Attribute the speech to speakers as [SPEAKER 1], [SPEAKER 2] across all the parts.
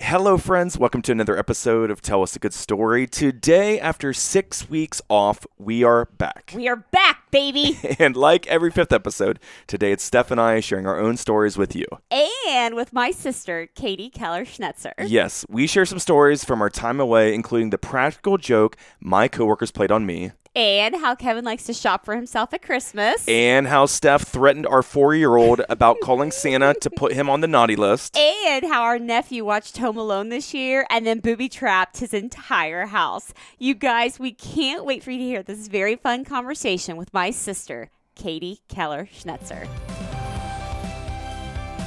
[SPEAKER 1] Hello, friends. Welcome to another episode of Tell Us a Good Story. Today, after six weeks off, we are back.
[SPEAKER 2] We are back, baby.
[SPEAKER 1] And like every fifth episode, today it's Steph and I sharing our own stories with you.
[SPEAKER 2] and with my sister, Katie Keller Schnetzer.
[SPEAKER 1] Yes, we share some stories from our time away, including the practical joke my coworkers played on me,
[SPEAKER 2] And how Kevin likes to shop for himself at Christmas.
[SPEAKER 1] and how Steph threatened our four year old about calling Santa to put him on the naughty list.
[SPEAKER 2] And how our nephew watched Home Alone this year and then booby trapped his entire house. You guys, we can't wait for you to hear this very fun conversation with my sister, Katie Keller Schnetzer.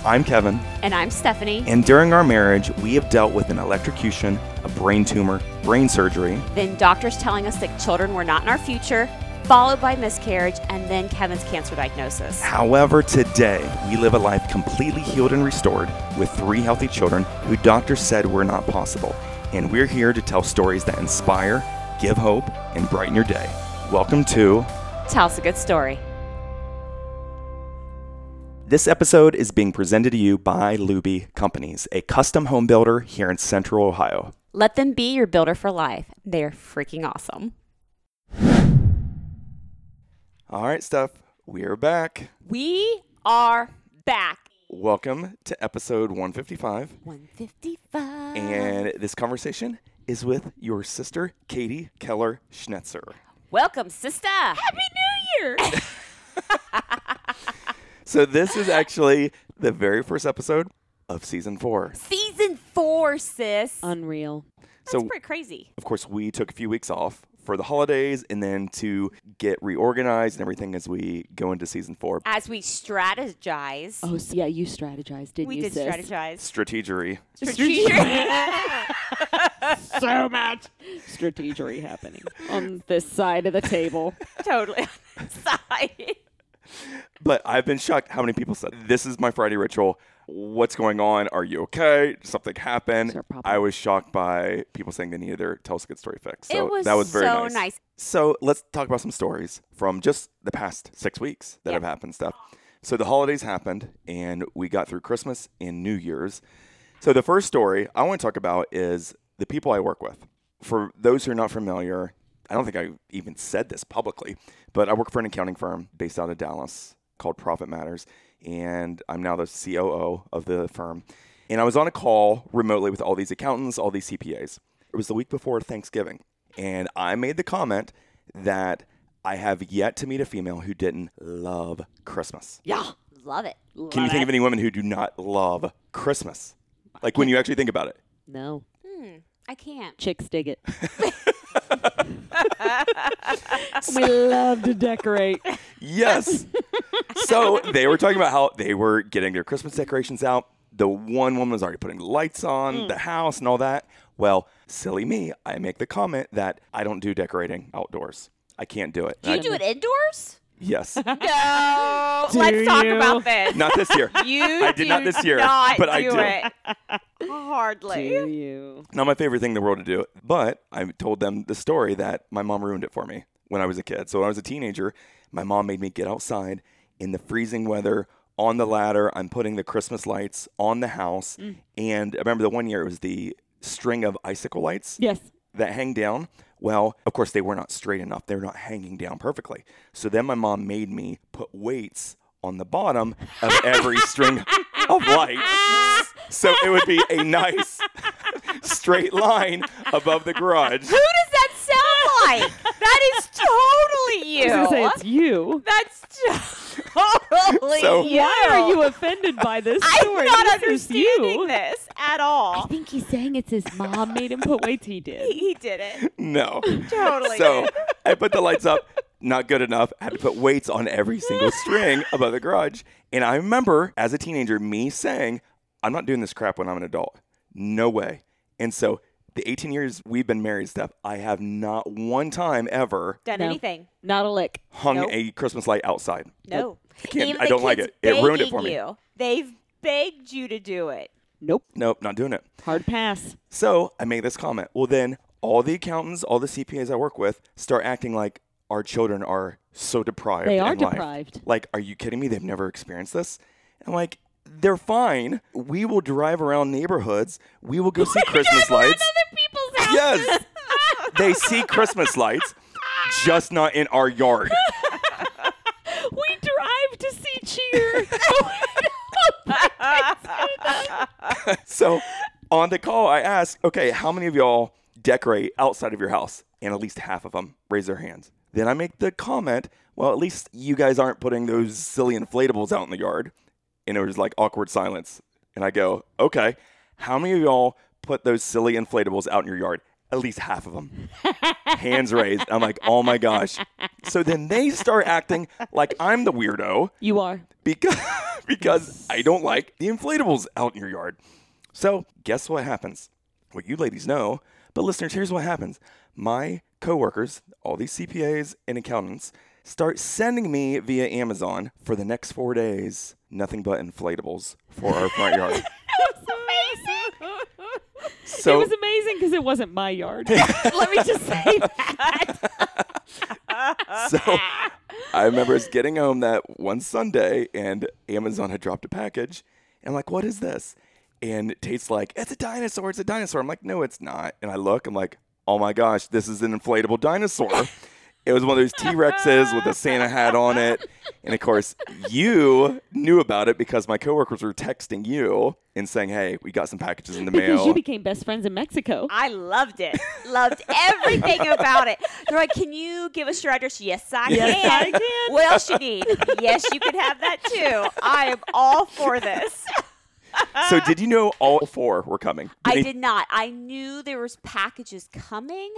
[SPEAKER 1] I'm Kevin,
[SPEAKER 2] And I'm Stephanie.
[SPEAKER 1] and during our marriage, we have dealt with an electrocution, a brain tumor, brain surgery,
[SPEAKER 2] then doctors telling us that children were not in our future, followed by miscarriage, and then Kevin's cancer diagnosis.
[SPEAKER 1] However, today we live a life completely healed and restored with three healthy children who doctors said were not possible. And we're here to tell stories that inspire, give hope, and brighten your day. Welcome to
[SPEAKER 2] Tell us a good story.
[SPEAKER 1] this episode is being presented to you by Luby Companies, a custom home builder here in Central Ohio.
[SPEAKER 2] Let them be your builder for life. They're freaking awesome.
[SPEAKER 1] All right, Steph, we're back.
[SPEAKER 2] We are back.
[SPEAKER 1] Welcome to episode 155.
[SPEAKER 2] 155.
[SPEAKER 1] And this conversation is with your sister, Katie Keller Schnetzer.
[SPEAKER 2] Welcome, sister. Happy New Year.
[SPEAKER 1] So this is actually the very first episode of season four.
[SPEAKER 2] Season four, sis. That's
[SPEAKER 3] Unreal.
[SPEAKER 1] so
[SPEAKER 2] pretty crazy.
[SPEAKER 1] of course we took a few weeks off for the holidays and then to get reorganized and everything as we go into season four.
[SPEAKER 2] As we strategize,
[SPEAKER 3] Oh, so yeah, you strategized, didn't
[SPEAKER 2] we
[SPEAKER 3] you?
[SPEAKER 2] did
[SPEAKER 3] sis?
[SPEAKER 1] Strategery.
[SPEAKER 2] strategize.
[SPEAKER 3] So much strategery happening on this side of the table.
[SPEAKER 2] totally. Sorry.
[SPEAKER 1] But I've been shocked how many people said, This is my Friday ritual. What's going on? Are you okay? Did Something happened.
[SPEAKER 3] there a problem?
[SPEAKER 1] I was shocked by people saying they needed their Tell Us a Good Story fix. So
[SPEAKER 2] it was,
[SPEAKER 1] that was very
[SPEAKER 2] so
[SPEAKER 1] nice. So let's talk about some stories from just the past six weeks that
[SPEAKER 2] Yeah.
[SPEAKER 1] have happened stuff. So the holidays happened and we got through Christmas and New Year's. So the first story I want to talk about is the people I work with. For those who are not familiar, I don't think I even said this publicly, but I work for an accounting firm based out of Dallas called Profit Matters, and I'm now the COO of the firm. And I was on a call remotely with all these accountants, all these CPAs. It was the week before Thanksgiving, and I made the comment that I have yet to meet a female who didn't love Christmas.
[SPEAKER 3] Yeah.
[SPEAKER 2] Love it.
[SPEAKER 1] Can you think of any women who do not love Christmas? Like when you actually think about it.
[SPEAKER 3] No.
[SPEAKER 2] I can't.
[SPEAKER 3] Chicks dig it. we love to decorate.
[SPEAKER 1] Yes. so they were talking about how they were getting their Christmas decorations out. The one woman was already putting lights on
[SPEAKER 2] Mm.
[SPEAKER 1] the house and all that. Well, silly me, I make the comment that I don't do decorating outdoors. I can't do it.
[SPEAKER 2] Do you do it indoors?
[SPEAKER 1] Yes.
[SPEAKER 2] No.
[SPEAKER 3] Do
[SPEAKER 2] Let's talk
[SPEAKER 3] you?
[SPEAKER 2] about this.
[SPEAKER 1] not this year.
[SPEAKER 2] You
[SPEAKER 1] I did not
[SPEAKER 2] do
[SPEAKER 1] this year,
[SPEAKER 2] not
[SPEAKER 1] but I
[SPEAKER 2] do
[SPEAKER 1] do.
[SPEAKER 2] it. Hardly.
[SPEAKER 3] Do you?
[SPEAKER 1] Not my favorite thing in the world to do, but I told them the story that my mom ruined it for me when I was a kid. So when I was a teenager, my mom made me get outside in the freezing weather on the ladder. I'm putting the Christmas lights on the house. And I remember the one year it was the string of icicle lights
[SPEAKER 3] Yes.
[SPEAKER 1] that hang down. Well, of course, they were not straight enough. They were not hanging down perfectly. So then my mom made me put weights on the bottom of every string of lights. So it would be a nice straight line above the garage.
[SPEAKER 2] Who does that sound like? that is totally you.
[SPEAKER 3] I was gonna say it's you.
[SPEAKER 2] That's totally
[SPEAKER 1] So-
[SPEAKER 2] you.
[SPEAKER 3] Why are you offended by this
[SPEAKER 2] I'm
[SPEAKER 3] story?
[SPEAKER 2] not
[SPEAKER 3] This is
[SPEAKER 2] understanding
[SPEAKER 3] you.
[SPEAKER 2] this at
[SPEAKER 3] I
[SPEAKER 2] all.
[SPEAKER 3] think he's saying it's his mom made him put weights. He did.
[SPEAKER 2] He, he did it.
[SPEAKER 1] No.
[SPEAKER 2] Totally.
[SPEAKER 1] So
[SPEAKER 2] did it.
[SPEAKER 1] I put the lights up. Not good enough. I had to put weights on every single string above the garage. And I remember as a teenager, me saying, I'm not doing this crap when I'm an adult. No way. And so the 18 years we've been married, Steph, I have not one time ever
[SPEAKER 2] done
[SPEAKER 3] No.
[SPEAKER 2] anything.
[SPEAKER 3] Not a lick.
[SPEAKER 1] hung
[SPEAKER 2] Nope.
[SPEAKER 1] a Christmas light outside.
[SPEAKER 2] No.
[SPEAKER 1] can't-
[SPEAKER 2] Even
[SPEAKER 1] I
[SPEAKER 2] the
[SPEAKER 1] don't like
[SPEAKER 2] kids
[SPEAKER 1] it. It ruined it
[SPEAKER 2] begging
[SPEAKER 1] for me.
[SPEAKER 2] You. They've begged you to do it.
[SPEAKER 3] Nope.
[SPEAKER 1] Nope, not doing it.
[SPEAKER 3] Hard pass.
[SPEAKER 1] So I made this comment. Well, then all the accountants, all the CPAs I work with start acting like our children are so deprived.
[SPEAKER 3] They are
[SPEAKER 1] in life.
[SPEAKER 3] deprived.
[SPEAKER 1] Like, are you kidding me? They've never experienced this. And I'm like, They're fine. We will drive around neighborhoods. We will go see Christmas
[SPEAKER 2] Drive around
[SPEAKER 1] lights.
[SPEAKER 2] Other people's houses.
[SPEAKER 1] Yes. they see Christmas lights, just not in our yard.
[SPEAKER 3] We drive to see cheer. Oh,
[SPEAKER 1] So on the call, I asked, okay, how many of y'all decorate outside of your house? And at least half of them raise their hands. Then I make the comment, well, at least you guys aren't putting those silly inflatables out in the yard. And it was like awkward silence. And I go, okay, how many of y'all put those silly inflatables out in your yard? At least half of them. Hands raised. I'm like, oh my gosh. So then they start acting like I'm the weirdo
[SPEAKER 3] you are.
[SPEAKER 1] because because I don't like the inflatables out in your yard. So guess what happens? What you ladies know, but listeners, here's what happens. My coworkers, all these CPAs and accountants, start sending me via Amazon for the next four days nothing but inflatables for our front yard.
[SPEAKER 3] Amazing. it
[SPEAKER 1] So
[SPEAKER 3] was amazing because it wasn't my yard.
[SPEAKER 2] Let me just say that.
[SPEAKER 1] so I remember us getting home that one Sunday and Amazon had dropped a package. And I'm like, what is this? And Tate's like, it's a dinosaur. It's a dinosaur. I'm like, no, it's not. And I look, I'm like, oh my gosh, this is an inflatable dinosaur. it was one of those T Rexes with a Santa hat on it. And of course, you knew about it because my coworkers were texting you and saying, hey, we got some packages in the
[SPEAKER 3] because
[SPEAKER 1] mail.
[SPEAKER 3] you became best friends in Mexico.
[SPEAKER 2] I loved it. Loved everything about it. They're like, "Can you give us your address?" Yes, I can.
[SPEAKER 3] I can.
[SPEAKER 2] What else you need? yes, you could have that too. I am all for this.
[SPEAKER 1] so, did you know all four were coming?
[SPEAKER 2] I
[SPEAKER 1] They-
[SPEAKER 2] did not. I knew there was packages coming,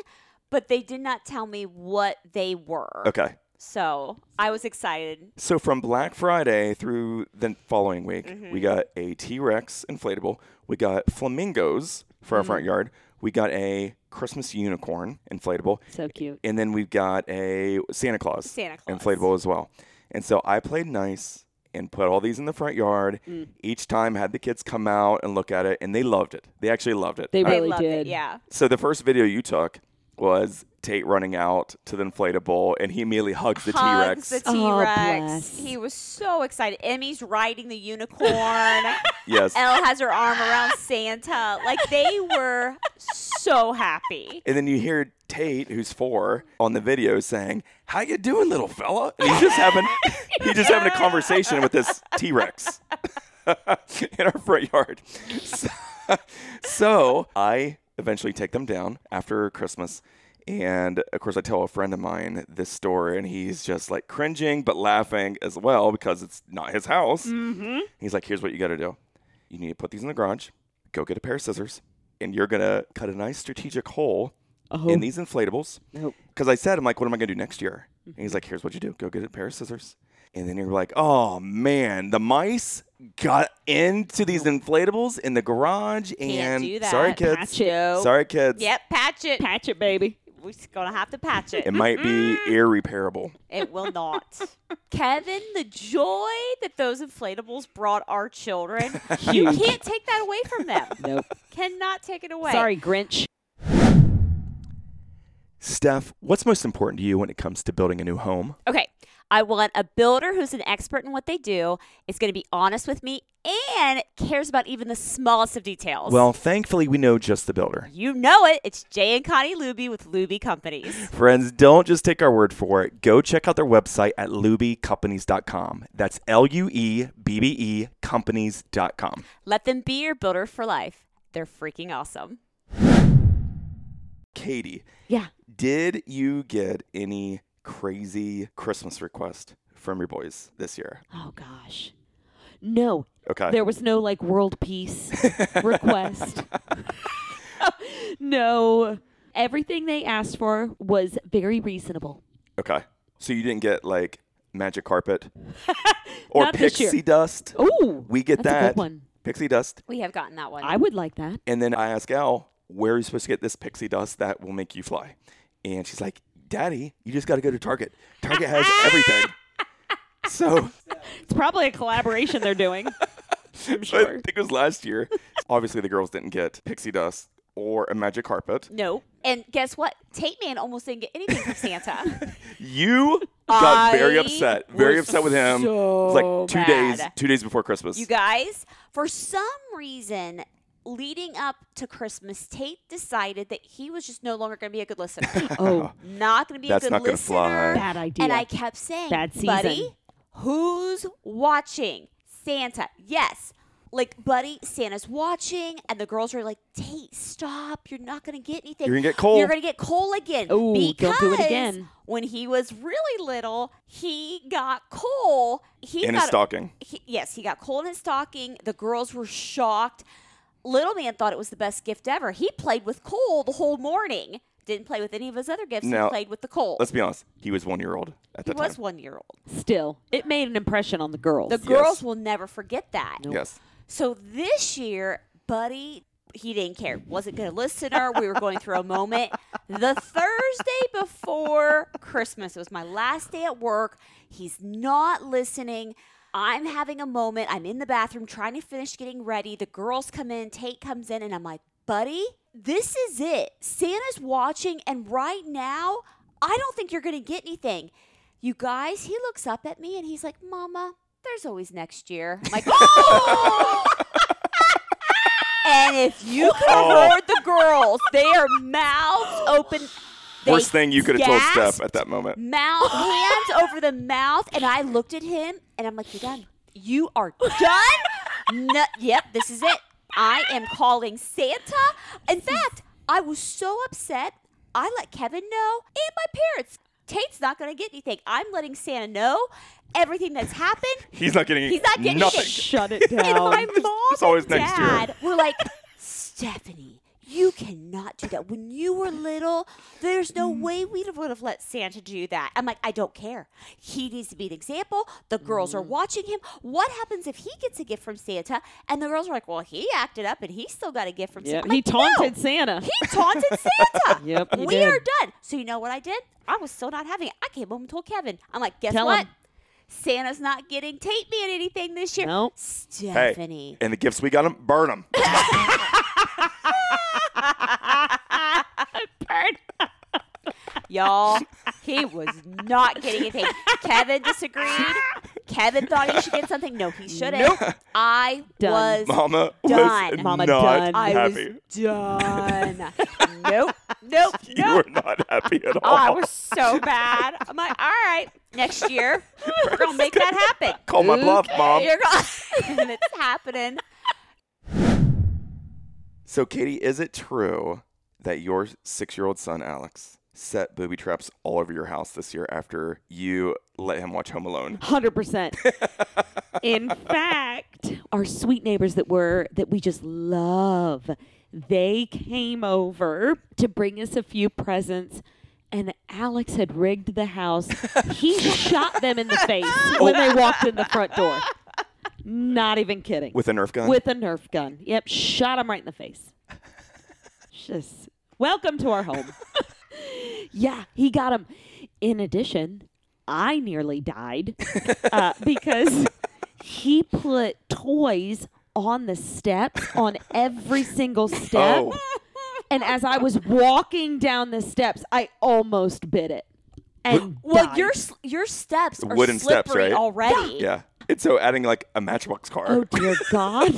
[SPEAKER 2] but they did not tell me what they were.
[SPEAKER 1] Okay.
[SPEAKER 2] So I was excited.
[SPEAKER 1] So from Black Friday through the following week,
[SPEAKER 2] Mm-hmm.
[SPEAKER 1] we got a T Rex inflatable. We got flamingos for our
[SPEAKER 2] Mm-hmm.
[SPEAKER 1] front yard. We got a Christmas unicorn inflatable.
[SPEAKER 3] So cute.
[SPEAKER 1] And then we've got a Santa Claus,
[SPEAKER 2] Santa Claus.
[SPEAKER 1] inflatable as well. And so I played nice and put all these in the front yard.
[SPEAKER 2] Mm.
[SPEAKER 1] Each time had the kids come out and look at it, and they loved it. They actually loved it.
[SPEAKER 3] They
[SPEAKER 1] I-
[SPEAKER 2] They
[SPEAKER 3] Really
[SPEAKER 2] loved it.
[SPEAKER 3] did.
[SPEAKER 2] Yeah.
[SPEAKER 1] so the first video you took was Tate running out to the inflatable, and he immediately hugs the T
[SPEAKER 2] Hugs
[SPEAKER 1] Rex.
[SPEAKER 2] the T
[SPEAKER 3] Oh,
[SPEAKER 2] Rex.
[SPEAKER 3] bless.
[SPEAKER 2] he was so excited. Emmy's riding the unicorn.
[SPEAKER 1] yes.
[SPEAKER 2] Elle has her arm around Santa. Like they were so happy.
[SPEAKER 1] And then you hear Tate, who's four, on the video saying, "How you doing, little fella?" And he's just having he's just having a conversation with this T Rex in our front yard. So, so I eventually take them down after Christmas. And of course, I tell a friend of mine this story, and he's just like cringing but laughing as well because it's not his house. He's like, here's what you got to do. You need to put these in the garage, go get a pair of scissors, and you're going to cut a nice strategic hole
[SPEAKER 2] Uh-huh.
[SPEAKER 3] Oh.
[SPEAKER 1] in these inflatables.
[SPEAKER 3] Nope.
[SPEAKER 1] Because I said, I'm like, what am I going to do next year? And
[SPEAKER 2] Mm-hmm.
[SPEAKER 1] he's like, here's what you do go get a pair of scissors. And then you're like, oh man, the mice got into these inflatables in the garage. and
[SPEAKER 2] do that.
[SPEAKER 1] sorry, kids.
[SPEAKER 3] Patch it.
[SPEAKER 1] Sorry, kids.
[SPEAKER 2] Yep, patch it.
[SPEAKER 3] Patch it, baby.
[SPEAKER 2] We're just gonna have to patch it.
[SPEAKER 1] It might be irreparable.
[SPEAKER 2] It will not. Kevin, the joy that those inflatables brought our children, you
[SPEAKER 3] Huge.
[SPEAKER 2] can't take that away from them.
[SPEAKER 3] Nope.
[SPEAKER 2] Cannot take it away.
[SPEAKER 3] Sorry, Grinch.
[SPEAKER 1] Steph, what's most important to you when it comes to building a new home?
[SPEAKER 2] Okay. I want a builder who's an expert in what they do, is going to be honest with me, and cares about even the smallest of details.
[SPEAKER 1] Well, thankfully, we know just the builder.
[SPEAKER 2] you know it. It's Jay and Connie Luby with Luby Companies.
[SPEAKER 1] Friends, don't just take our word for it. Go check out their website at lubycompanies.com. That's L U E B B E companies.com.
[SPEAKER 2] Let them be your builder for life. They're freaking awesome.
[SPEAKER 1] Katie,
[SPEAKER 3] Yeah.
[SPEAKER 1] did you get any crazy Christmas request from your boys this year?
[SPEAKER 3] Oh gosh. No,
[SPEAKER 1] Okay.
[SPEAKER 3] there was no like world peace request. no. Everything they asked for was very reasonable.
[SPEAKER 1] okay. So you didn't get like magic carpet or
[SPEAKER 3] Not this year.
[SPEAKER 1] pixie dust?
[SPEAKER 3] Ooh.
[SPEAKER 1] We get
[SPEAKER 3] that's a
[SPEAKER 1] that.
[SPEAKER 3] good one.
[SPEAKER 1] Pixie dust.
[SPEAKER 2] We have gotten that one.
[SPEAKER 3] I would like that.
[SPEAKER 1] And then I ask Al, where are you supposed to get this pixie dust that will make you fly? And she's like, Daddy, you just got to go to Target. Target has everything. So
[SPEAKER 3] It's probably a collaboration they're doing. I'm
[SPEAKER 1] I
[SPEAKER 3] sure.
[SPEAKER 1] think it was last year. Obviously, the girls didn't get pixie dust or a magic carpet.
[SPEAKER 2] no. And guess what? Tape Man almost didn't get anything from Santa.
[SPEAKER 1] You got very
[SPEAKER 2] I
[SPEAKER 1] upset, very
[SPEAKER 3] was
[SPEAKER 1] upset with him. It was
[SPEAKER 3] so
[SPEAKER 1] like two days,
[SPEAKER 2] mad.
[SPEAKER 1] two days before Christmas.
[SPEAKER 2] You guys, for some reason, leading up to Christmas, Tate decided that he was just no longer going to be a good listener.
[SPEAKER 3] Oh,
[SPEAKER 2] not going to be
[SPEAKER 1] That's
[SPEAKER 2] a good
[SPEAKER 1] not gonna
[SPEAKER 2] listener.
[SPEAKER 1] fly.
[SPEAKER 3] bad idea.
[SPEAKER 2] And I kept saying,
[SPEAKER 3] Bad season.
[SPEAKER 2] buddy, who's watching? Santa. Yes. Like, buddy, Santa's watching. And the girls were like, Tate, stop. You're not going to get anything.
[SPEAKER 1] You're gonna get cold."
[SPEAKER 2] You're going to get cold again.
[SPEAKER 3] Ooh, don't do it
[SPEAKER 2] Because
[SPEAKER 3] again.
[SPEAKER 2] When he was really little, he got coal. He
[SPEAKER 1] in
[SPEAKER 2] got
[SPEAKER 1] his stocking.
[SPEAKER 2] he, yes, he got coal in his stocking. The girls were shocked. Little man thought it was the best gift ever. He played with coal the whole morning. Didn't play with any of his other gifts.
[SPEAKER 1] Now,
[SPEAKER 2] he played with the coal.
[SPEAKER 1] Let's be honest. He was one year old at
[SPEAKER 2] he
[SPEAKER 1] that
[SPEAKER 2] was
[SPEAKER 1] time.
[SPEAKER 2] one year old.
[SPEAKER 3] Still, it made an impression on the girls.
[SPEAKER 2] The girls will never forget that.
[SPEAKER 1] Yes.
[SPEAKER 2] So this year, Buddy, he didn't care. Wasn't going to listen to her. We were going through a moment. The Thursday before Christmas, it was my last day at work. He's not listening. I'm having a moment. I'm in the bathroom trying to finish getting ready. The girls come in, Tate comes in, and I'm like, Buddy, this is it. Santa's watching, and right now, I don't think you're going to get anything. You guys, he looks up at me and he's like, Mama, there's always next year. I'm like, oh! and if you could have
[SPEAKER 1] Oh.
[SPEAKER 2] heard the girls, their mouths open. they
[SPEAKER 1] Worst thing you could have told
[SPEAKER 2] gasped,
[SPEAKER 1] Steph at that moment.
[SPEAKER 2] Mouth, hands over the mouth. And I looked at him and I'm like, You're done. You are done? No, yep, this is it. I am calling Santa. In fact, I was so upset. I let Kevin know and my parents. Tate's not going to get anything. I'm letting Santa know everything that's happened.
[SPEAKER 1] He's not getting.
[SPEAKER 2] He's not getting
[SPEAKER 1] nothing.
[SPEAKER 2] shit.
[SPEAKER 3] shut it
[SPEAKER 2] And
[SPEAKER 3] down.
[SPEAKER 2] my mom
[SPEAKER 1] it's always
[SPEAKER 2] and
[SPEAKER 1] next year.
[SPEAKER 2] dad were like, Stephanie, you cannot do that. When you were little, there's no
[SPEAKER 3] Mm.
[SPEAKER 2] way we would have let Santa do that. I'm like, I don't care. He needs to be an example. The girls
[SPEAKER 3] Mm.
[SPEAKER 2] are watching him. What happens if he gets a gift from Santa? And the girls are like, well, he acted up and he still got a gift from
[SPEAKER 3] Yep.
[SPEAKER 2] Santa. I'm
[SPEAKER 3] He
[SPEAKER 2] like,
[SPEAKER 3] taunted
[SPEAKER 2] "No."
[SPEAKER 3] Santa.
[SPEAKER 2] He taunted Santa.
[SPEAKER 3] Yep, he
[SPEAKER 2] we
[SPEAKER 3] did.
[SPEAKER 2] are done. So you know what I did? I was still not having it. I came home and told Kevin. I'm like, guess
[SPEAKER 3] Tell
[SPEAKER 2] what?
[SPEAKER 3] him.
[SPEAKER 2] Santa's not getting tape me at anything this year.
[SPEAKER 3] Nope.
[SPEAKER 2] Stephanie.
[SPEAKER 1] And the gifts we got him, burn them.
[SPEAKER 2] Y'all, he was not getting anything. Kevin disagreed. Kevin thought he should get something. No, he shouldn't. I
[SPEAKER 3] Done.
[SPEAKER 2] was
[SPEAKER 1] Mama
[SPEAKER 2] Done.
[SPEAKER 1] was
[SPEAKER 3] Mama
[SPEAKER 1] not
[SPEAKER 3] done.
[SPEAKER 2] I
[SPEAKER 1] happy.
[SPEAKER 2] was done. nope. Nope.
[SPEAKER 1] you
[SPEAKER 2] Nope.
[SPEAKER 1] were not happy at all.
[SPEAKER 2] Oh, I was so bad. I'm like, all right, next year we're gonna make that happen.
[SPEAKER 1] Call my bluff, mom.
[SPEAKER 2] You're gonna, and it's happening.
[SPEAKER 1] So, Katie, is it true that your six-year-old son Alex set booby traps all over your house this year after you let him watch Home Alone?
[SPEAKER 3] Hundred percent. In fact, our sweet neighbors that were that we just love, they came over to bring us a few presents, and Alex had rigged the house. He shot them in the face when they walked in the front door. Not even kidding.
[SPEAKER 1] With a Nerf gun?
[SPEAKER 3] With a Nerf gun. Yep, shot him right in the face. Just welcome to our home. yeah, he got him. In addition, I nearly died uh, because he put toys on the steps, on every single step.
[SPEAKER 1] Oh.
[SPEAKER 3] And as I was walking down the steps, I almost bit it. And
[SPEAKER 2] Well,
[SPEAKER 3] died.
[SPEAKER 2] your s- your steps are
[SPEAKER 1] Wooden
[SPEAKER 2] slippery
[SPEAKER 1] steps, right?
[SPEAKER 2] already.
[SPEAKER 1] yeah. And so adding like a matchbox car.
[SPEAKER 3] Oh dear God!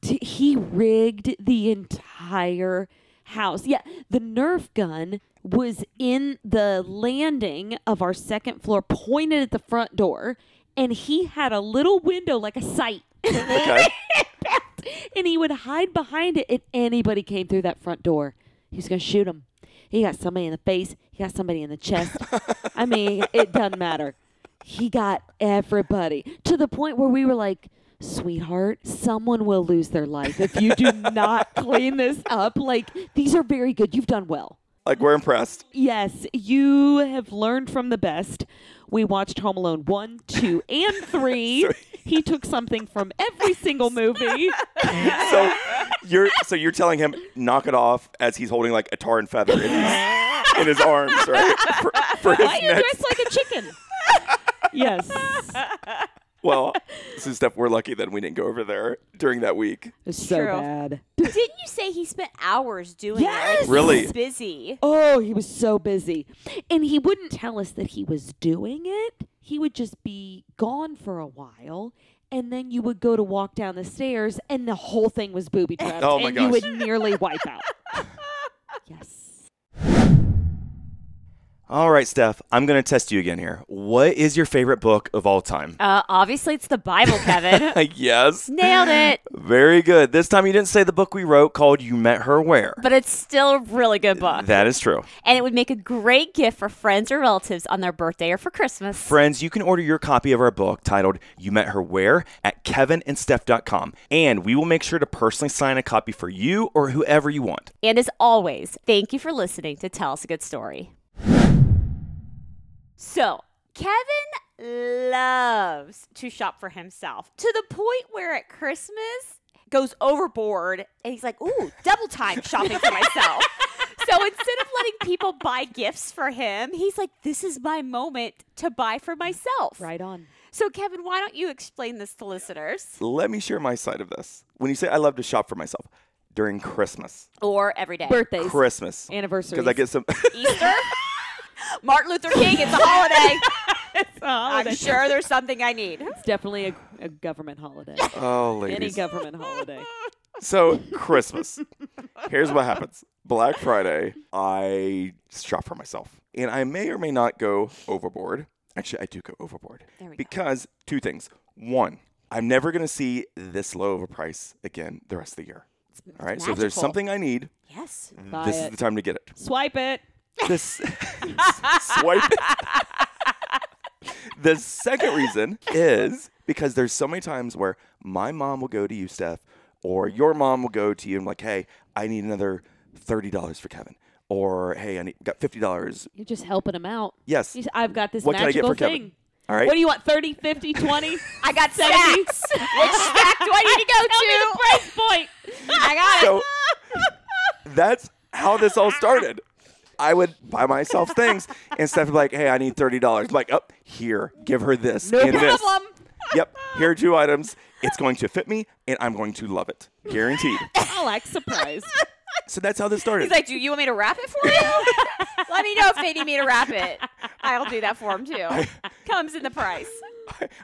[SPEAKER 3] D- he rigged the entire house. Yeah, the Nerf gun was in the landing of our second floor, pointed at the front door, and he had a little window like a sight.
[SPEAKER 1] Okay.
[SPEAKER 3] and he would hide behind it if anybody came through that front door. He was going to shoot him. He got somebody in the face. He got somebody in the chest. I mean, it doesn't matter. He got everybody to the point where we were like, sweetheart, someone will lose their life if you do not clean this up. Like, these are very good. You've done well.
[SPEAKER 1] like we're impressed.
[SPEAKER 3] Yes, you have learned from the best. We watched Home Alone 1, 2, and 3. he took something from every single movie.
[SPEAKER 1] So you're so you're telling him knock it off as he's holding like a tar and feather in his, in his arms, right? For, for his
[SPEAKER 3] Why are you
[SPEAKER 1] next
[SPEAKER 3] dressed like a chicken? yes.
[SPEAKER 1] Well, so Steph, we're lucky that we didn't go over there during that week.
[SPEAKER 3] It's so
[SPEAKER 2] True.
[SPEAKER 3] bad.
[SPEAKER 2] Didn't you say he spent hours doing it?
[SPEAKER 3] Yes!
[SPEAKER 2] Like,
[SPEAKER 1] Really?
[SPEAKER 2] He's busy.
[SPEAKER 3] Oh, he was so busy. And he wouldn't tell us that he was doing it. He would just be gone for a while. And then you would go to walk down the stairs, and the whole thing was booby trapped.
[SPEAKER 1] Oh my
[SPEAKER 3] and
[SPEAKER 1] gosh.
[SPEAKER 3] you would nearly wipe out. yes.
[SPEAKER 1] All right, Steph, I'm going to test you again here. What is your favorite book of all time?
[SPEAKER 2] Uh, obviously, it's the Bible, Kevin.
[SPEAKER 1] yes.
[SPEAKER 2] Nailed it.
[SPEAKER 1] Very good. This time you didn't say the book we wrote called You Met Her Where.
[SPEAKER 2] But it's still a really good book.
[SPEAKER 1] that is true.
[SPEAKER 2] and it would make a great gift for friends or relatives on their birthday or for Christmas.
[SPEAKER 1] Friends, you can order your copy of our book titled You Met Her Where at kevinandsteph.com, and we will make sure to personally sign a copy for you or whoever you want.
[SPEAKER 2] and as always, thank you for listening to Tell Us a Good Story. So, Kevin loves to shop for himself to the point where at Christmas goes overboard and he's like, ooh, double time shopping for myself. So instead of letting people buy gifts for him, he's like, this is my moment to buy for myself.
[SPEAKER 3] Right on.
[SPEAKER 2] So, Kevin, why don't you explain this to listeners
[SPEAKER 1] Let me share my side of this. When you say I love to shop for myself during Christmas,
[SPEAKER 2] or every day?
[SPEAKER 3] Birthdays.
[SPEAKER 1] Christmas,
[SPEAKER 3] Anniversaries.
[SPEAKER 1] because I get some.
[SPEAKER 2] Easter? Martin Luther King, it's a holiday. I'm
[SPEAKER 3] I'm sure.
[SPEAKER 2] sure there's something I need.
[SPEAKER 3] It's definitely a, a government holiday.
[SPEAKER 1] oh,
[SPEAKER 3] Any
[SPEAKER 1] ladies.
[SPEAKER 3] government holiday.
[SPEAKER 1] So Christmas. Here's what happens. Black Friday, I shop for myself. And I may or may not go overboard. Actually, I do go overboard.
[SPEAKER 2] There we go.
[SPEAKER 1] because two things. One, I'm never going to see this low of a price again the rest of the year. All right. So if there's
[SPEAKER 2] magical.
[SPEAKER 1] something I need,
[SPEAKER 2] Yes.
[SPEAKER 3] Buy
[SPEAKER 1] this is
[SPEAKER 3] it.
[SPEAKER 1] the time to get it.
[SPEAKER 3] Swipe it.
[SPEAKER 1] This swipe. the second reason is because there's so many times where my mom will go to you, Steph, or your mom will go to you and like, hey, I need another thirty dollars for Kevin, or hey, I need, got fifty dollars.
[SPEAKER 3] You're just helping him out.
[SPEAKER 1] Yes.
[SPEAKER 3] You s- I've got this
[SPEAKER 1] What can I get
[SPEAKER 3] magical
[SPEAKER 1] for Kevin?
[SPEAKER 3] thing.
[SPEAKER 1] All right.
[SPEAKER 3] What do you want? 30, 50, 20?
[SPEAKER 2] I got stacks. Which stack do I need to go
[SPEAKER 3] Tell me
[SPEAKER 2] to?
[SPEAKER 3] the price point.
[SPEAKER 2] I got it.
[SPEAKER 1] so that's how this all started. I would buy myself things and stuff like, hey, I need thirty dollars. Like, up here, give her this
[SPEAKER 3] No
[SPEAKER 1] and this.
[SPEAKER 3] problem.
[SPEAKER 1] Yep, here are two items. It's going to fit me, and I'm going to love it, guaranteed.
[SPEAKER 3] I'll act surprised.
[SPEAKER 1] so that's how this started.
[SPEAKER 2] He's like, do you want me to wrap it for you? Let me know if they need me to wrap it. I'll do that for him too. Comes in the price.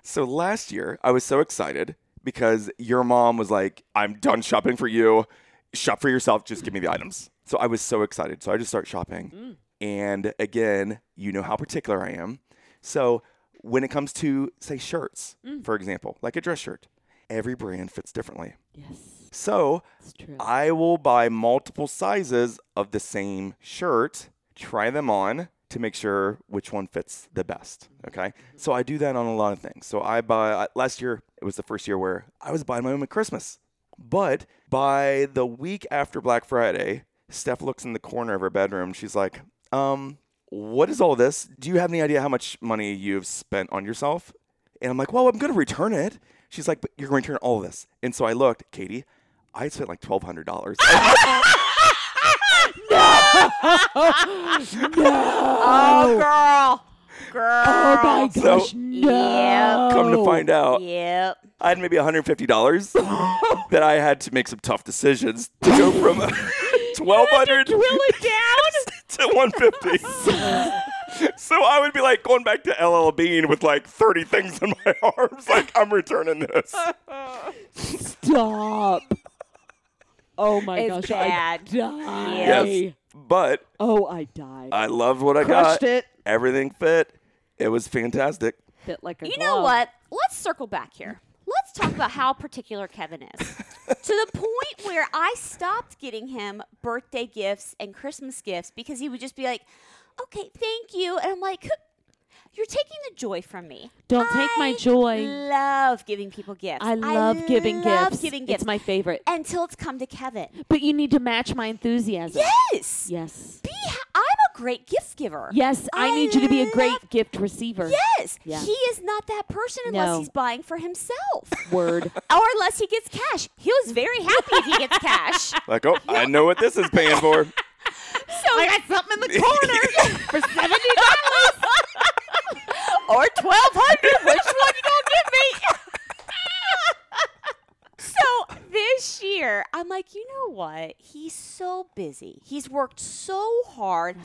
[SPEAKER 1] so last year, I was so excited because your mom was like, I'm done shopping for you. Shop for yourself. Just give me the items. So I was so excited. So I just start shopping.
[SPEAKER 2] Mm.
[SPEAKER 1] And again, you know how particular I am. So when it comes to, say, shirts,
[SPEAKER 2] Mm.
[SPEAKER 1] for example, like a dress shirt, every brand fits differently.
[SPEAKER 3] yes,
[SPEAKER 1] So
[SPEAKER 3] it's true.
[SPEAKER 1] I will buy multiple sizes of the same shirt, try them on to make sure which one fits the best. Okay. So I do that on a lot of things. So I buy, I- last year, it was the first year where I was buying my own at Christmas. But by the week after Black Friday, Steph looks in the corner of her bedroom. She's like, um, what is all this? Do you have any idea how much money you've spent on yourself? And I'm like, well, I'm going to return it. She's like, but you're going to return all this. And so I looked, Katie, I spent like $1,200.
[SPEAKER 2] Oh, girl. Girl.
[SPEAKER 3] oh my
[SPEAKER 1] So-
[SPEAKER 3] gosh, no.
[SPEAKER 1] Come to find out,
[SPEAKER 2] Yep.
[SPEAKER 1] I had maybe $150 that I had to make some tough decisions to go from 1200
[SPEAKER 3] Drill it down.
[SPEAKER 1] to 150 So I would be like going back to LL Bean with like 30 things in my arms. Like, I'm returning this.
[SPEAKER 3] Stop. Oh my
[SPEAKER 2] It's
[SPEAKER 3] gosh,
[SPEAKER 2] bad.
[SPEAKER 3] I die.
[SPEAKER 1] Yes. Uh, But
[SPEAKER 3] Oh, I died.
[SPEAKER 1] I loved what I
[SPEAKER 3] Crushed
[SPEAKER 1] got.
[SPEAKER 3] it.
[SPEAKER 1] Everything fit. It was fantastic.
[SPEAKER 3] Bit like a
[SPEAKER 2] You know
[SPEAKER 3] glove.
[SPEAKER 2] what? Let's circle back here. Let's talk about how particular Kevin is. to the point where I stopped getting him birthday gifts and Christmas gifts because he would just be like, okay, thank you. And I'm like, you're taking the joy from me.
[SPEAKER 3] Don't take my
[SPEAKER 2] I
[SPEAKER 3] joy.
[SPEAKER 2] love giving people gifts.
[SPEAKER 3] I love giving
[SPEAKER 2] love
[SPEAKER 3] gifts.
[SPEAKER 2] giving gifts.
[SPEAKER 3] It's my favorite.
[SPEAKER 2] Until it's come to Kevin.
[SPEAKER 3] But you need to match my enthusiasm.
[SPEAKER 2] Yes.
[SPEAKER 3] Yes.
[SPEAKER 2] Be ha- I'm a great gift giver.
[SPEAKER 3] Yes, I,
[SPEAKER 2] I
[SPEAKER 3] need you to be a
[SPEAKER 2] love-
[SPEAKER 3] great gift receiver.
[SPEAKER 2] Yes.
[SPEAKER 3] Yeah.
[SPEAKER 2] He is not that person unless
[SPEAKER 3] No.
[SPEAKER 2] he's buying for himself.
[SPEAKER 3] Word.
[SPEAKER 2] or unless he gets cash. He was very happy if he gets cash.
[SPEAKER 1] Like, oh, I know what this is paying for.
[SPEAKER 2] So I got something in the corner for seventy dollars or twelve hundred. Which one you gonna give me? year, I'm like, you know what? He's so busy. He's worked so hard.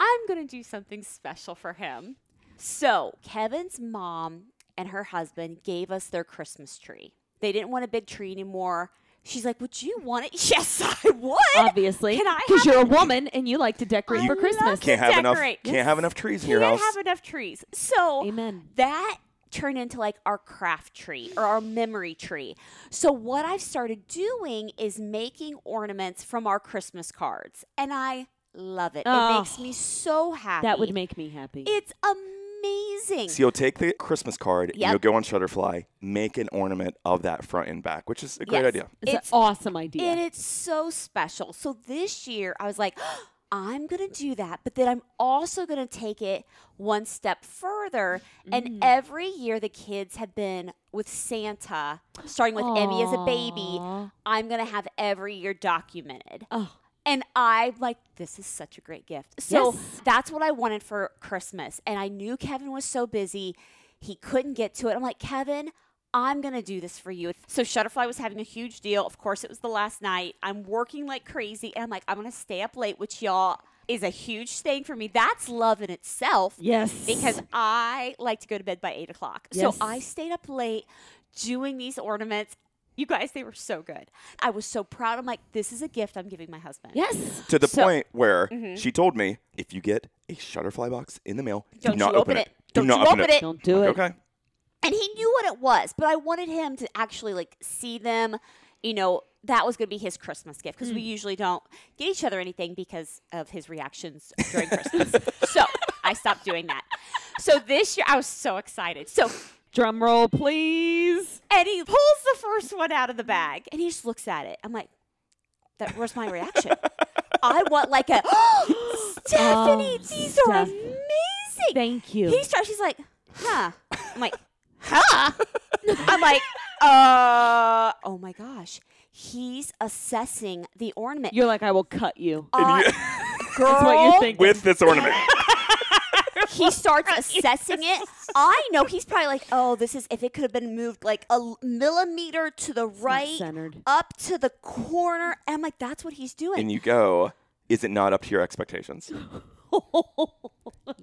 [SPEAKER 2] I'm going to do something special for him. So, Kevin's mom and her husband gave us their Christmas tree. They didn't want a big tree anymore. She's like, Would you want it? Yes, I would.
[SPEAKER 3] Obviously,
[SPEAKER 2] Can I
[SPEAKER 3] because
[SPEAKER 2] have
[SPEAKER 3] you're a woman and you like to decorate
[SPEAKER 2] I
[SPEAKER 3] for
[SPEAKER 2] love
[SPEAKER 3] Christmas.
[SPEAKER 2] it.
[SPEAKER 1] Can't have enough.
[SPEAKER 2] decorate.
[SPEAKER 1] Can't have enough trees in your
[SPEAKER 2] can't
[SPEAKER 1] house.
[SPEAKER 2] have enough trees. So
[SPEAKER 3] Amen.
[SPEAKER 2] that turned into like our craft tree or our memory tree. So what I've started doing is making ornaments from our Christmas cards. And I love it. It
[SPEAKER 3] Oh.
[SPEAKER 2] makes me so happy.
[SPEAKER 3] That would make me happy.
[SPEAKER 2] it's amazing.
[SPEAKER 1] So you'll take the Christmas card, and
[SPEAKER 2] Yep.
[SPEAKER 1] you'll go on Shutterfly, make an ornament of that front and back, which is a great
[SPEAKER 2] Yes.
[SPEAKER 1] idea.
[SPEAKER 3] it's,
[SPEAKER 2] it's-
[SPEAKER 3] an awesome idea.
[SPEAKER 2] And it's so special. So this year, I was like, I'm going to do that, but then I'm also going to take it one step further.
[SPEAKER 3] Mm.
[SPEAKER 2] And every year, the kids have been with Santa, starting with Emmy as a baby.
[SPEAKER 3] Aw.
[SPEAKER 2] I'm going to have every year documented.
[SPEAKER 3] oh,
[SPEAKER 2] And I'm like, this is such a great gift. So
[SPEAKER 3] Yes.
[SPEAKER 2] that's what I wanted for Christmas. And I knew Kevin was so busy, he couldn't get to it. I'm like, Kevin, I'm going to do this for you. So Shutterfly was having a huge deal. Of course, it was the last night. I'm working like crazy. And I'm like, I'm going to stay up late, which y'all is a huge thing for me. That's love in itself
[SPEAKER 3] yes.
[SPEAKER 2] because I like to go to bed by eight o'clock.
[SPEAKER 3] Yes.
[SPEAKER 2] So I stayed up late doing these ornaments. You guys, they were so good. I was so proud. I'm like, this is a gift I'm giving my husband.
[SPEAKER 3] yes.
[SPEAKER 1] To the
[SPEAKER 2] So- Mm-hmm.
[SPEAKER 1] point where she told me, if you get a Shutterfly box in the mail, do
[SPEAKER 2] Don't
[SPEAKER 1] not
[SPEAKER 2] you open it.
[SPEAKER 1] Do
[SPEAKER 2] Don't
[SPEAKER 1] not
[SPEAKER 2] you open it.
[SPEAKER 3] Don't do it.
[SPEAKER 1] Okay.
[SPEAKER 2] And he knew what it was, but I wanted him to actually like see them. You know, that was going to be his Christmas gift because we
[SPEAKER 3] Hmm.
[SPEAKER 2] usually don't get each other anything because of his reactions during Christmas. so I stopped doing that. So this year I was so excited. So
[SPEAKER 3] Drum roll, please.
[SPEAKER 2] And he pulls the first one out of the bag and he just looks at it. I'm like, that where's my reaction? I want like a Stephanie,
[SPEAKER 3] Oh,
[SPEAKER 2] these are
[SPEAKER 3] Steph.
[SPEAKER 2] amazing.
[SPEAKER 3] Thank you.
[SPEAKER 2] He starts, he's like, huh. I'm like, huh? I'm like, uh oh my gosh. He's assessing the ornament.
[SPEAKER 3] You're like, I will cut you.
[SPEAKER 2] Uh, girl,
[SPEAKER 3] That's what you think.
[SPEAKER 1] With this ornament.
[SPEAKER 2] he starts assessing it. I know he's probably like, oh, this is if it could have been moved like a l- millimeter to the right,
[SPEAKER 3] centered.
[SPEAKER 2] up to the corner. And I'm like, that's what he's doing.
[SPEAKER 1] and you go, is it not up to your expectations?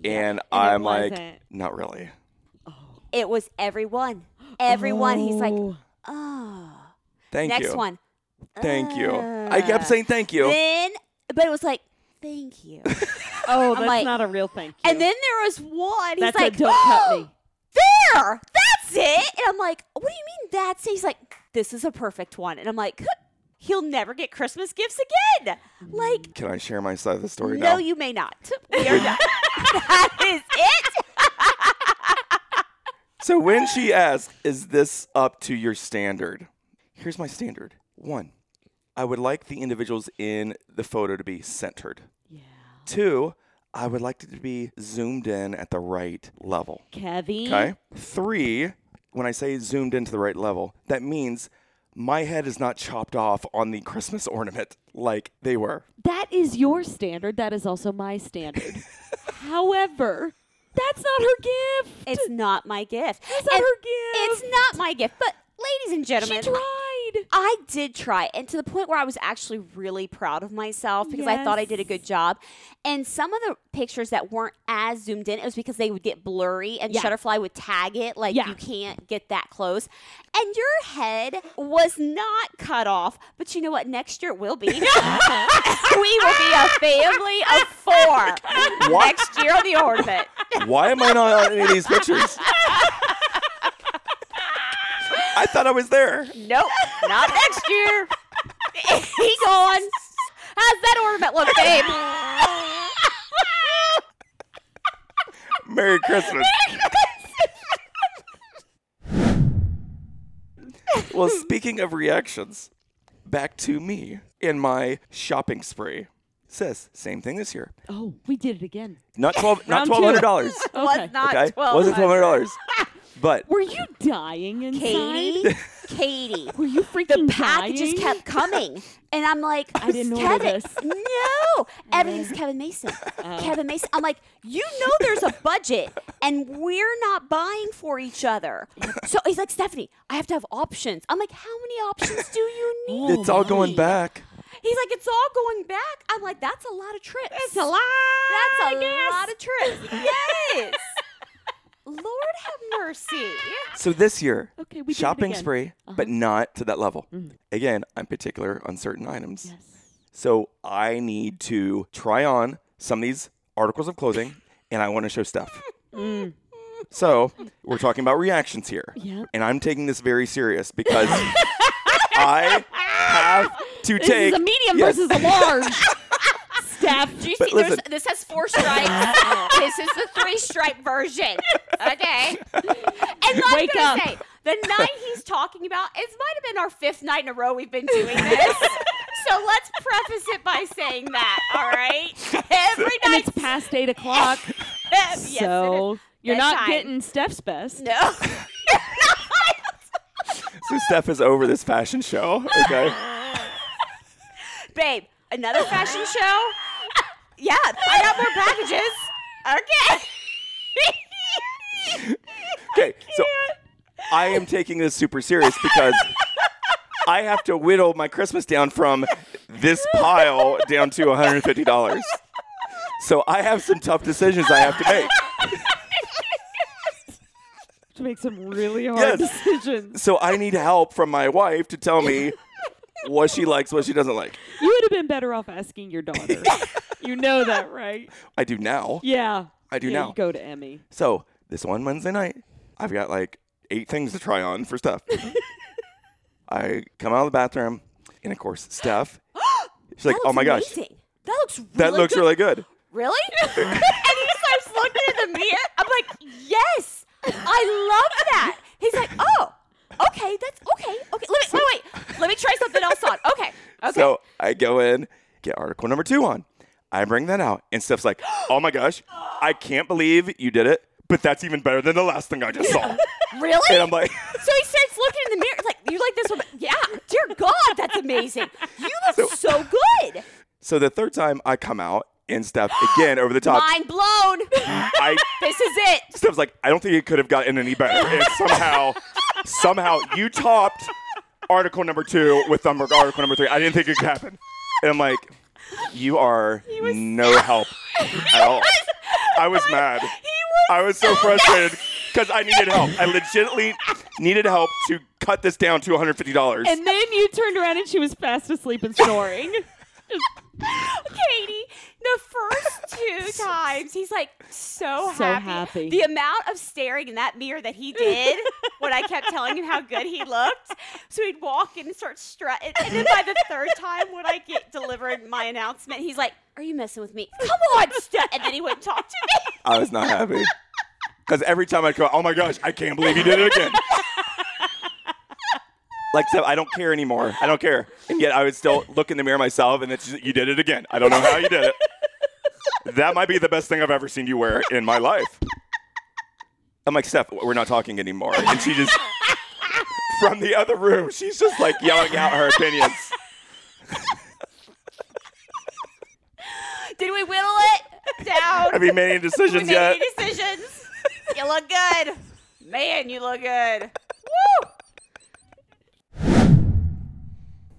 [SPEAKER 1] and I'm like,
[SPEAKER 3] wasn't.
[SPEAKER 1] not really.
[SPEAKER 2] it was everyone. Everyone. He's like,
[SPEAKER 3] Oh.
[SPEAKER 2] oh.
[SPEAKER 1] Thank you.
[SPEAKER 2] Next one. Ah.
[SPEAKER 1] Thank you. I kept saying thank you.
[SPEAKER 2] Then, but it was like, thank you.
[SPEAKER 3] oh, that's
[SPEAKER 2] like-
[SPEAKER 3] not a real thank you.
[SPEAKER 2] and then there was one. He's
[SPEAKER 3] that's
[SPEAKER 2] like, "Oh,
[SPEAKER 3] a don't cut me.
[SPEAKER 2] there, that's it. And I'm like, what do you mean that's it? He's like, this is a perfect one. And I'm like, he'll never get Christmas gifts again. Like,
[SPEAKER 1] Can I share my side of the story
[SPEAKER 2] no,
[SPEAKER 1] now?
[SPEAKER 2] you may not. We are done. that is it.
[SPEAKER 1] So when she asked, "Is this up to your standard?" Here's my standard. One, I would like the individuals in the photo to be centered.
[SPEAKER 3] Yeah.
[SPEAKER 1] Two, I would like it to be zoomed in at the right level.
[SPEAKER 3] Kevin.
[SPEAKER 1] Okay. Three, when I say zoomed into the right level, that means my head is not chopped off on the Christmas ornament like they were.
[SPEAKER 3] That is your standard. That is also my standard. However, that's not her gift.
[SPEAKER 2] It's not my gift. It's
[SPEAKER 3] not her
[SPEAKER 2] It's
[SPEAKER 3] gift.
[SPEAKER 2] not my gift. But, ladies and
[SPEAKER 3] she
[SPEAKER 2] gentlemen,
[SPEAKER 3] tried.
[SPEAKER 2] I did try, and to the point where I was actually really proud of myself because I thought I did a good job. And some of the pictures that weren't as zoomed in, it was because they would get blurry, and
[SPEAKER 3] Yeah.
[SPEAKER 2] Shutterfly would tag it like
[SPEAKER 3] Yeah.
[SPEAKER 2] you can't get that close. And your head was not cut off, but you know what? Next year it will be. we will be a family of four
[SPEAKER 1] What?
[SPEAKER 2] next year on the ornament.
[SPEAKER 1] Why am I not on any of these pictures? I thought I was there.
[SPEAKER 2] Nope, not next year. He's gone. How's that ornament look, babe?
[SPEAKER 1] Merry Christmas. well, speaking of reactions, back to me and my shopping spree. Says same thing this year.
[SPEAKER 3] Oh, we did it again.
[SPEAKER 1] Not twelve. not
[SPEAKER 3] Round two.
[SPEAKER 1] twelve hundred dollars.
[SPEAKER 2] Was not
[SPEAKER 1] Okay.
[SPEAKER 2] twelve.
[SPEAKER 1] Wasn't twelve hundred dollars. But
[SPEAKER 3] Were you dying inside?
[SPEAKER 2] Katie, Katie.
[SPEAKER 3] Were you
[SPEAKER 2] The
[SPEAKER 3] freaking
[SPEAKER 2] pack
[SPEAKER 3] dying?
[SPEAKER 2] just kept coming, and I'm like,
[SPEAKER 3] I didn't order
[SPEAKER 2] Kevin,
[SPEAKER 3] this." Uh. Oh.
[SPEAKER 2] no, everything's Kevin Mason, Kevin Mason. I'm like, you know, there's a budget, and we're not buying for each other. So he's like, Stephanie, I have to have options. I'm like, how many options do you
[SPEAKER 3] Oh.
[SPEAKER 2] need?
[SPEAKER 1] it's all going
[SPEAKER 3] my.
[SPEAKER 1] back.
[SPEAKER 2] He's like, it's all going back. I'm like, that's a lot of trips. That's
[SPEAKER 3] lot.
[SPEAKER 2] That's a lot of trips. Yes. Lord have mercy.
[SPEAKER 1] So this year,
[SPEAKER 3] Okay, we did it
[SPEAKER 1] shopping
[SPEAKER 3] again. Uh-huh. Mm-hmm.
[SPEAKER 1] spree, but not to that level. Again, I'm particular on certain items.
[SPEAKER 3] Yes.
[SPEAKER 1] So I need to try on some of these articles of clothing and I want to show Steph.
[SPEAKER 3] Mm.
[SPEAKER 1] So we're talking about reactions here.
[SPEAKER 3] Yeah.
[SPEAKER 1] And I'm taking this very serious because I have to
[SPEAKER 3] This
[SPEAKER 1] take
[SPEAKER 3] is a medium
[SPEAKER 1] Yes.
[SPEAKER 3] versus a large. Steph,
[SPEAKER 2] Do you
[SPEAKER 1] But
[SPEAKER 2] see? There's,
[SPEAKER 1] listen.
[SPEAKER 2] this has four stripes. this is the three stripe version. Okay. And I'm
[SPEAKER 3] Wake
[SPEAKER 2] gonna
[SPEAKER 3] up.
[SPEAKER 2] say, the night he's talking about, it might have been our fifth night in a row we've been doing this. so let's preface it by saying that. All right. Every
[SPEAKER 3] and
[SPEAKER 2] night.
[SPEAKER 3] it's past eight o'clock,
[SPEAKER 2] yes, it
[SPEAKER 3] so
[SPEAKER 2] is.
[SPEAKER 3] you're not
[SPEAKER 2] Bedtime.
[SPEAKER 3] getting Steph's best.
[SPEAKER 2] No.
[SPEAKER 1] So Steph is over this fashion show. Okay.
[SPEAKER 2] babe, another fashion show? Yeah, I got more packages. Okay.
[SPEAKER 1] Okay. So I am taking this super serious because I have to whittle my Christmas down from this pile down to $150. So I have some tough decisions I have to make.
[SPEAKER 3] To make some really
[SPEAKER 1] Yes.
[SPEAKER 3] hard decisions.
[SPEAKER 1] So I need help from my wife to tell me what she likes, what she doesn't like.
[SPEAKER 3] You would have been better off asking your daughter. you know that, right?
[SPEAKER 1] I do now.
[SPEAKER 3] Yeah.
[SPEAKER 1] I do
[SPEAKER 3] yeah,
[SPEAKER 1] now.
[SPEAKER 3] You go to Emmy.
[SPEAKER 1] So this one Wednesday night, I've got like eight things to try on for Steph. I come out of the bathroom, and of course, Steph, she's like,
[SPEAKER 2] That
[SPEAKER 1] oh my
[SPEAKER 2] looks
[SPEAKER 1] gosh,
[SPEAKER 2] amazing. That looks really
[SPEAKER 1] that looks
[SPEAKER 2] good.
[SPEAKER 1] really good.
[SPEAKER 2] Really? and he starts looking in the mirror. I'm like, yes, I love that. He's like, oh, okay, that's okay. Okay, let me wait, wait. Let me try something else on. Okay, okay.
[SPEAKER 1] So I go in, get article number two on. I bring that out, and Steph's like, "Oh my gosh, I can't believe you did it!" But that's even better than the last thing I just saw.
[SPEAKER 2] really?
[SPEAKER 1] and I'm like,
[SPEAKER 2] so he starts looking in the mirror. Like, you like this one? Yeah. Dear God, that's amazing. You look so good.
[SPEAKER 1] "So the third time I come out, and Steph again over the top.
[SPEAKER 2] Mind blown.
[SPEAKER 1] I
[SPEAKER 2] this is it.
[SPEAKER 1] Steph's like, I don't think it could have gotten any better. And somehow, somehow you topped article number two with um, article number three. I didn't think it could happen. And I'm like, you are no help at all. I was mad. I was so frustrated because I needed help. I legitimately needed help to cut this down to $150.
[SPEAKER 3] And then you turned around and she was fast asleep and snoring.
[SPEAKER 2] Katie, the first two times, he's like so,
[SPEAKER 3] So
[SPEAKER 2] happy.
[SPEAKER 3] happy.
[SPEAKER 2] The amount of staring in that mirror that he did when I kept telling him how good he looked. So he'd walk in and start strutting. And then by the third time, when I get delivered my announcement, he's like, Are you messing with me? Come on, Stu-" And then he wouldn't talk to me.
[SPEAKER 1] I was not happy. Because every time I'd go, oh my gosh, I can't believe you did it again. like, so I don't care anymore. I don't care. And yet I would still look in the mirror myself and it's just, you did it again. I don't know how you did it. That might be the best thing I've ever seen you wear in my life. I'm like, Steph, we're not talking anymore. And she just, from the other room, she's just like yelling out her opinions.
[SPEAKER 2] Did we whittle it down?
[SPEAKER 1] Have you made any
[SPEAKER 2] we
[SPEAKER 1] decisions
[SPEAKER 2] made
[SPEAKER 1] yet?
[SPEAKER 2] any decisions? you look good. Man, you look good. Woo!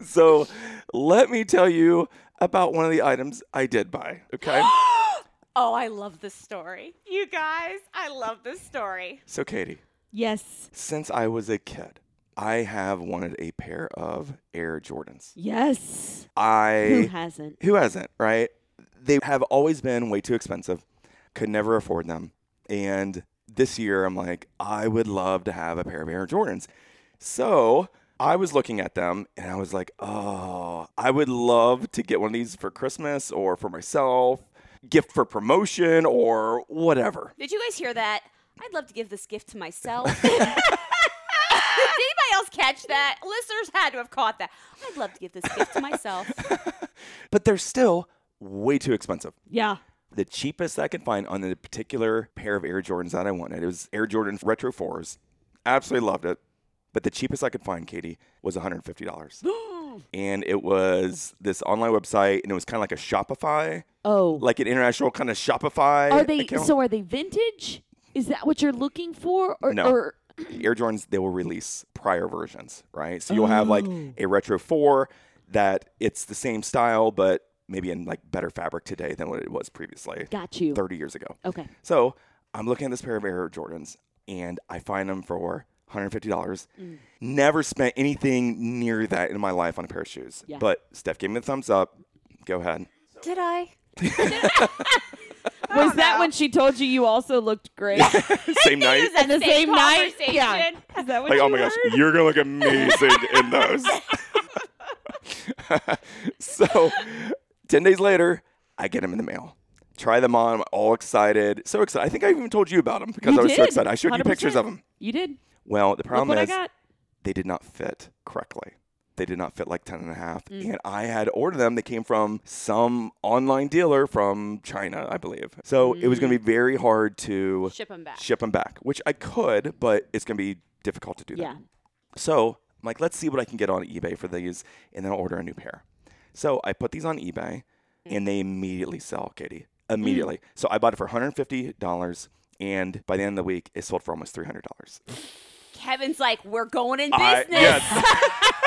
[SPEAKER 1] So let me tell you about one of the items I did buy. Okay.
[SPEAKER 2] Oh, I love this story. You guys, I love this story.
[SPEAKER 1] so, Katie,
[SPEAKER 3] yes.
[SPEAKER 1] since I was a kid, I have wanted a pair of Air Jordans.
[SPEAKER 3] Yes. Who
[SPEAKER 1] I,
[SPEAKER 3] hasn't?
[SPEAKER 1] who hasn't, right? They have always been way too expensive, could never afford them. And this year, I'm like, I would love to have a pair of Air Jordans. So I was looking at them and I was like, oh, I would love to get one of these for Christmas or for myself, gift for promotion or whatever.
[SPEAKER 2] Did you guys hear that? I'd love to give this gift to myself. Did anybody else catch that? Listeners had to have caught that. I'd love to give this gift to myself.
[SPEAKER 1] But they're still way too expensive.
[SPEAKER 3] Yeah.
[SPEAKER 1] the cheapest I could find on the particular pair of Air Jordans that I wanted. It was Air Jordan Retro 4s. Absolutely loved it. But the cheapest I could find, Katie, was $150. and it was this online website, and it was kind of like a Shopify,
[SPEAKER 3] Oh.
[SPEAKER 1] like an international kind of Shopify.
[SPEAKER 3] are they
[SPEAKER 1] account.
[SPEAKER 3] so are they vintage? Is that what you're looking for? Or,
[SPEAKER 1] No.
[SPEAKER 3] or
[SPEAKER 1] Air Jordans, they will release prior versions, right? So you'll have like
[SPEAKER 3] Oh.
[SPEAKER 1] a Retro 4 that it's the same style, but maybe in like better fabric today than what it was previously
[SPEAKER 3] got you.
[SPEAKER 1] 30 years ago.
[SPEAKER 3] Okay.
[SPEAKER 1] So I'm looking at this pair of Air Jordans and I find them for $150.
[SPEAKER 3] Mm.
[SPEAKER 1] Never spent anything near that in my life on a pair of shoes.
[SPEAKER 3] Yeah.
[SPEAKER 1] But Steph gave me the thumbs up. Go ahead.
[SPEAKER 2] Did I? Oh,
[SPEAKER 3] Was that when she told you you also looked great?
[SPEAKER 1] Same night.
[SPEAKER 2] That
[SPEAKER 3] the same night?
[SPEAKER 2] conversation.
[SPEAKER 3] Yeah. Is that what
[SPEAKER 1] Like,
[SPEAKER 3] you
[SPEAKER 1] oh my gosh,
[SPEAKER 3] heard?
[SPEAKER 1] you're going to look amazing in those. so 10 days later, I get them in the mail. Try them on. I'm all excited. So excited. I think I even told you about them because
[SPEAKER 3] You
[SPEAKER 1] I was so
[SPEAKER 3] did.
[SPEAKER 1] excited. I showed you pictures of
[SPEAKER 3] 100%.
[SPEAKER 1] them.
[SPEAKER 3] You did.
[SPEAKER 1] Well, the
[SPEAKER 3] Look
[SPEAKER 1] problem
[SPEAKER 3] what I
[SPEAKER 1] is.
[SPEAKER 3] got.
[SPEAKER 1] they did not fit correctly. They did not fit like 10 and a half.
[SPEAKER 2] Mm.
[SPEAKER 1] And I had ordered them. They came from some online dealer from China, I believe. So it was going to be very hard to
[SPEAKER 2] Mm. Ship them back.
[SPEAKER 1] ship them back, which I could, but it's going to be difficult to do that.
[SPEAKER 3] Yeah.
[SPEAKER 1] So I'm like, let's see what I can get on eBay for these, and then I'll order a new pair. So I put these on eBay,
[SPEAKER 2] Mm.
[SPEAKER 1] and they immediately sell, Katie. Immediately. So I bought it for $150, and by the end of the week, it sold for almost $300.
[SPEAKER 2] Kevin's like, we're going in
[SPEAKER 1] I-
[SPEAKER 2] business.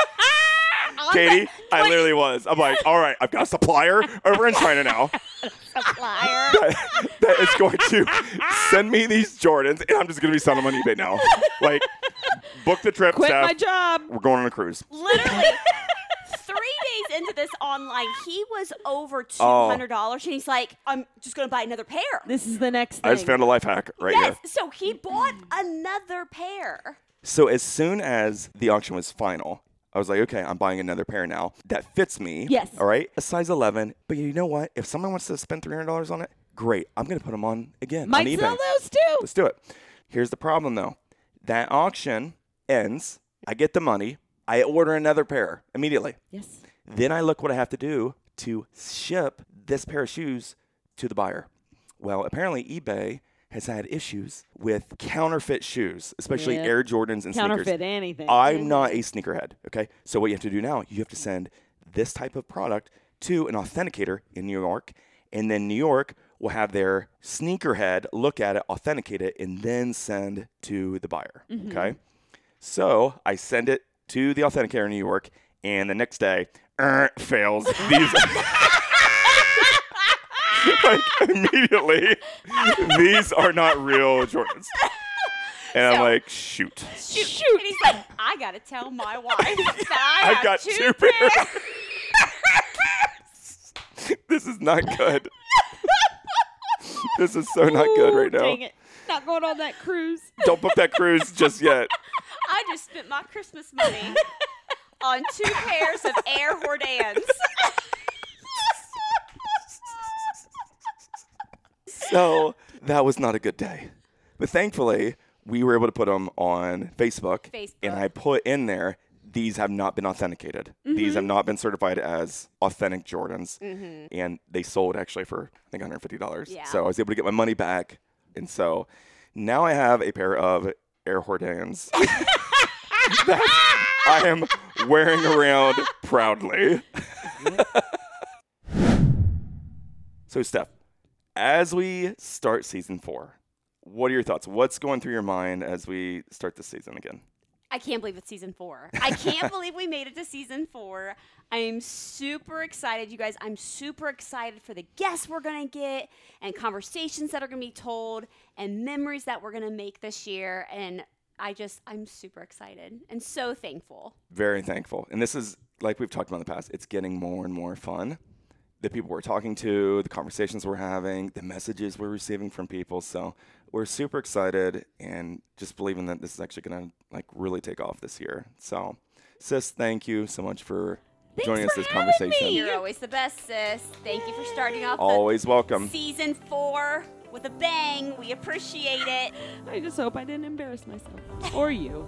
[SPEAKER 2] I'm
[SPEAKER 1] Katie,
[SPEAKER 2] like,
[SPEAKER 1] I literally was. I'm like, all right, I've got a supplier over in China now
[SPEAKER 2] supplier.
[SPEAKER 1] that is going to send me these Jordans, and I'm just going to be selling them on eBay now. Like, book the trip,
[SPEAKER 3] Quit
[SPEAKER 1] Steph.
[SPEAKER 3] my job.
[SPEAKER 1] We're going on a cruise.
[SPEAKER 2] Literally. Three days into this online, he was over two
[SPEAKER 1] Oh.
[SPEAKER 2] hundred dollars, and he's like, "I'm just gonna buy another pair."
[SPEAKER 3] This is the next thing.
[SPEAKER 1] I just found a life hack right
[SPEAKER 2] yes,
[SPEAKER 1] here.
[SPEAKER 2] so he bought another pair.
[SPEAKER 1] So as soon as the auction was final, I was like, okay, I'm buying another pair now that fits me.
[SPEAKER 3] Yes.
[SPEAKER 1] All right, a size 11. But you know what? If someone wants to spend $300 on it, great. I'm going to put them on again on
[SPEAKER 3] Might
[SPEAKER 1] eBay.
[SPEAKER 3] sell those too.
[SPEAKER 1] Let's do it. Here's the problem though. That auction ends. I get the money. I order another pair immediately.
[SPEAKER 3] Yes.
[SPEAKER 1] Then I look what I have to do to ship this pair of shoes to the buyer. Well, apparently eBay has had issues with counterfeit shoes, especially
[SPEAKER 3] Yeah.
[SPEAKER 1] Air Jordans and
[SPEAKER 3] Counterfeit
[SPEAKER 1] sneakers.
[SPEAKER 3] anything.
[SPEAKER 1] I'm not a sneakerhead, okay? So what you have to do now, you have to send this type of product to an authenticator in New York, and then New York will have their sneakerhead look at it, authenticate it, and then send to the buyer, okay? So I send it to the authenticator in New York, and the next day, er, fails. These like, immediately, these are not real Jordans. And I'm
[SPEAKER 2] So-
[SPEAKER 1] like, shoot.
[SPEAKER 2] Shoot. And he's like, "I gotta tell my wife that I
[SPEAKER 1] I've
[SPEAKER 2] have
[SPEAKER 1] got
[SPEAKER 2] two,
[SPEAKER 1] two
[SPEAKER 2] pairs."
[SPEAKER 1] this is not good. this is so not good right
[SPEAKER 3] Dang
[SPEAKER 1] now.
[SPEAKER 3] it. Not going on that cruise.
[SPEAKER 1] Don't book that cruise just yet.
[SPEAKER 2] I just spent my Christmas money on two pairs of Air Jordans.
[SPEAKER 1] So that was not a good day. But thankfully, we were able to put them on Facebook. And
[SPEAKER 2] Facebook.
[SPEAKER 1] I put in there, these have not been authenticated. These have not been certified as authentic Jordans. And they sold actually for, I think, $150.
[SPEAKER 2] Yeah.
[SPEAKER 1] So I was able to get my money back. And so now I have a pair of Air Jordans that I am wearing around proudly. So, Steph, as we start season four, what are your thoughts? What's going through your mind as we start this season again?
[SPEAKER 2] I can't believe it's season four. I can't believe we made it to season four. I'm super excited, you guys. I'm super excited for the guests we're going to get and conversations that are going to be told and memories that we're going to make this year. And I just, I'm super excited and so thankful.
[SPEAKER 1] Very thankful. And this is, like we've talked about in the past, it's getting more and more fun. the people we're talking to, the conversations we're having, the messages we're receiving from people. So we're super excited and just believing that this is actually going to like really take off this year. So, sis, thank you so much for joining us
[SPEAKER 2] for
[SPEAKER 1] this
[SPEAKER 2] having
[SPEAKER 1] conversation.
[SPEAKER 2] You're always the best, sis. Thank you for starting off the
[SPEAKER 1] Always welcome.
[SPEAKER 2] season four with a bang. We appreciate it.
[SPEAKER 3] I just hope I didn't embarrass myself or you.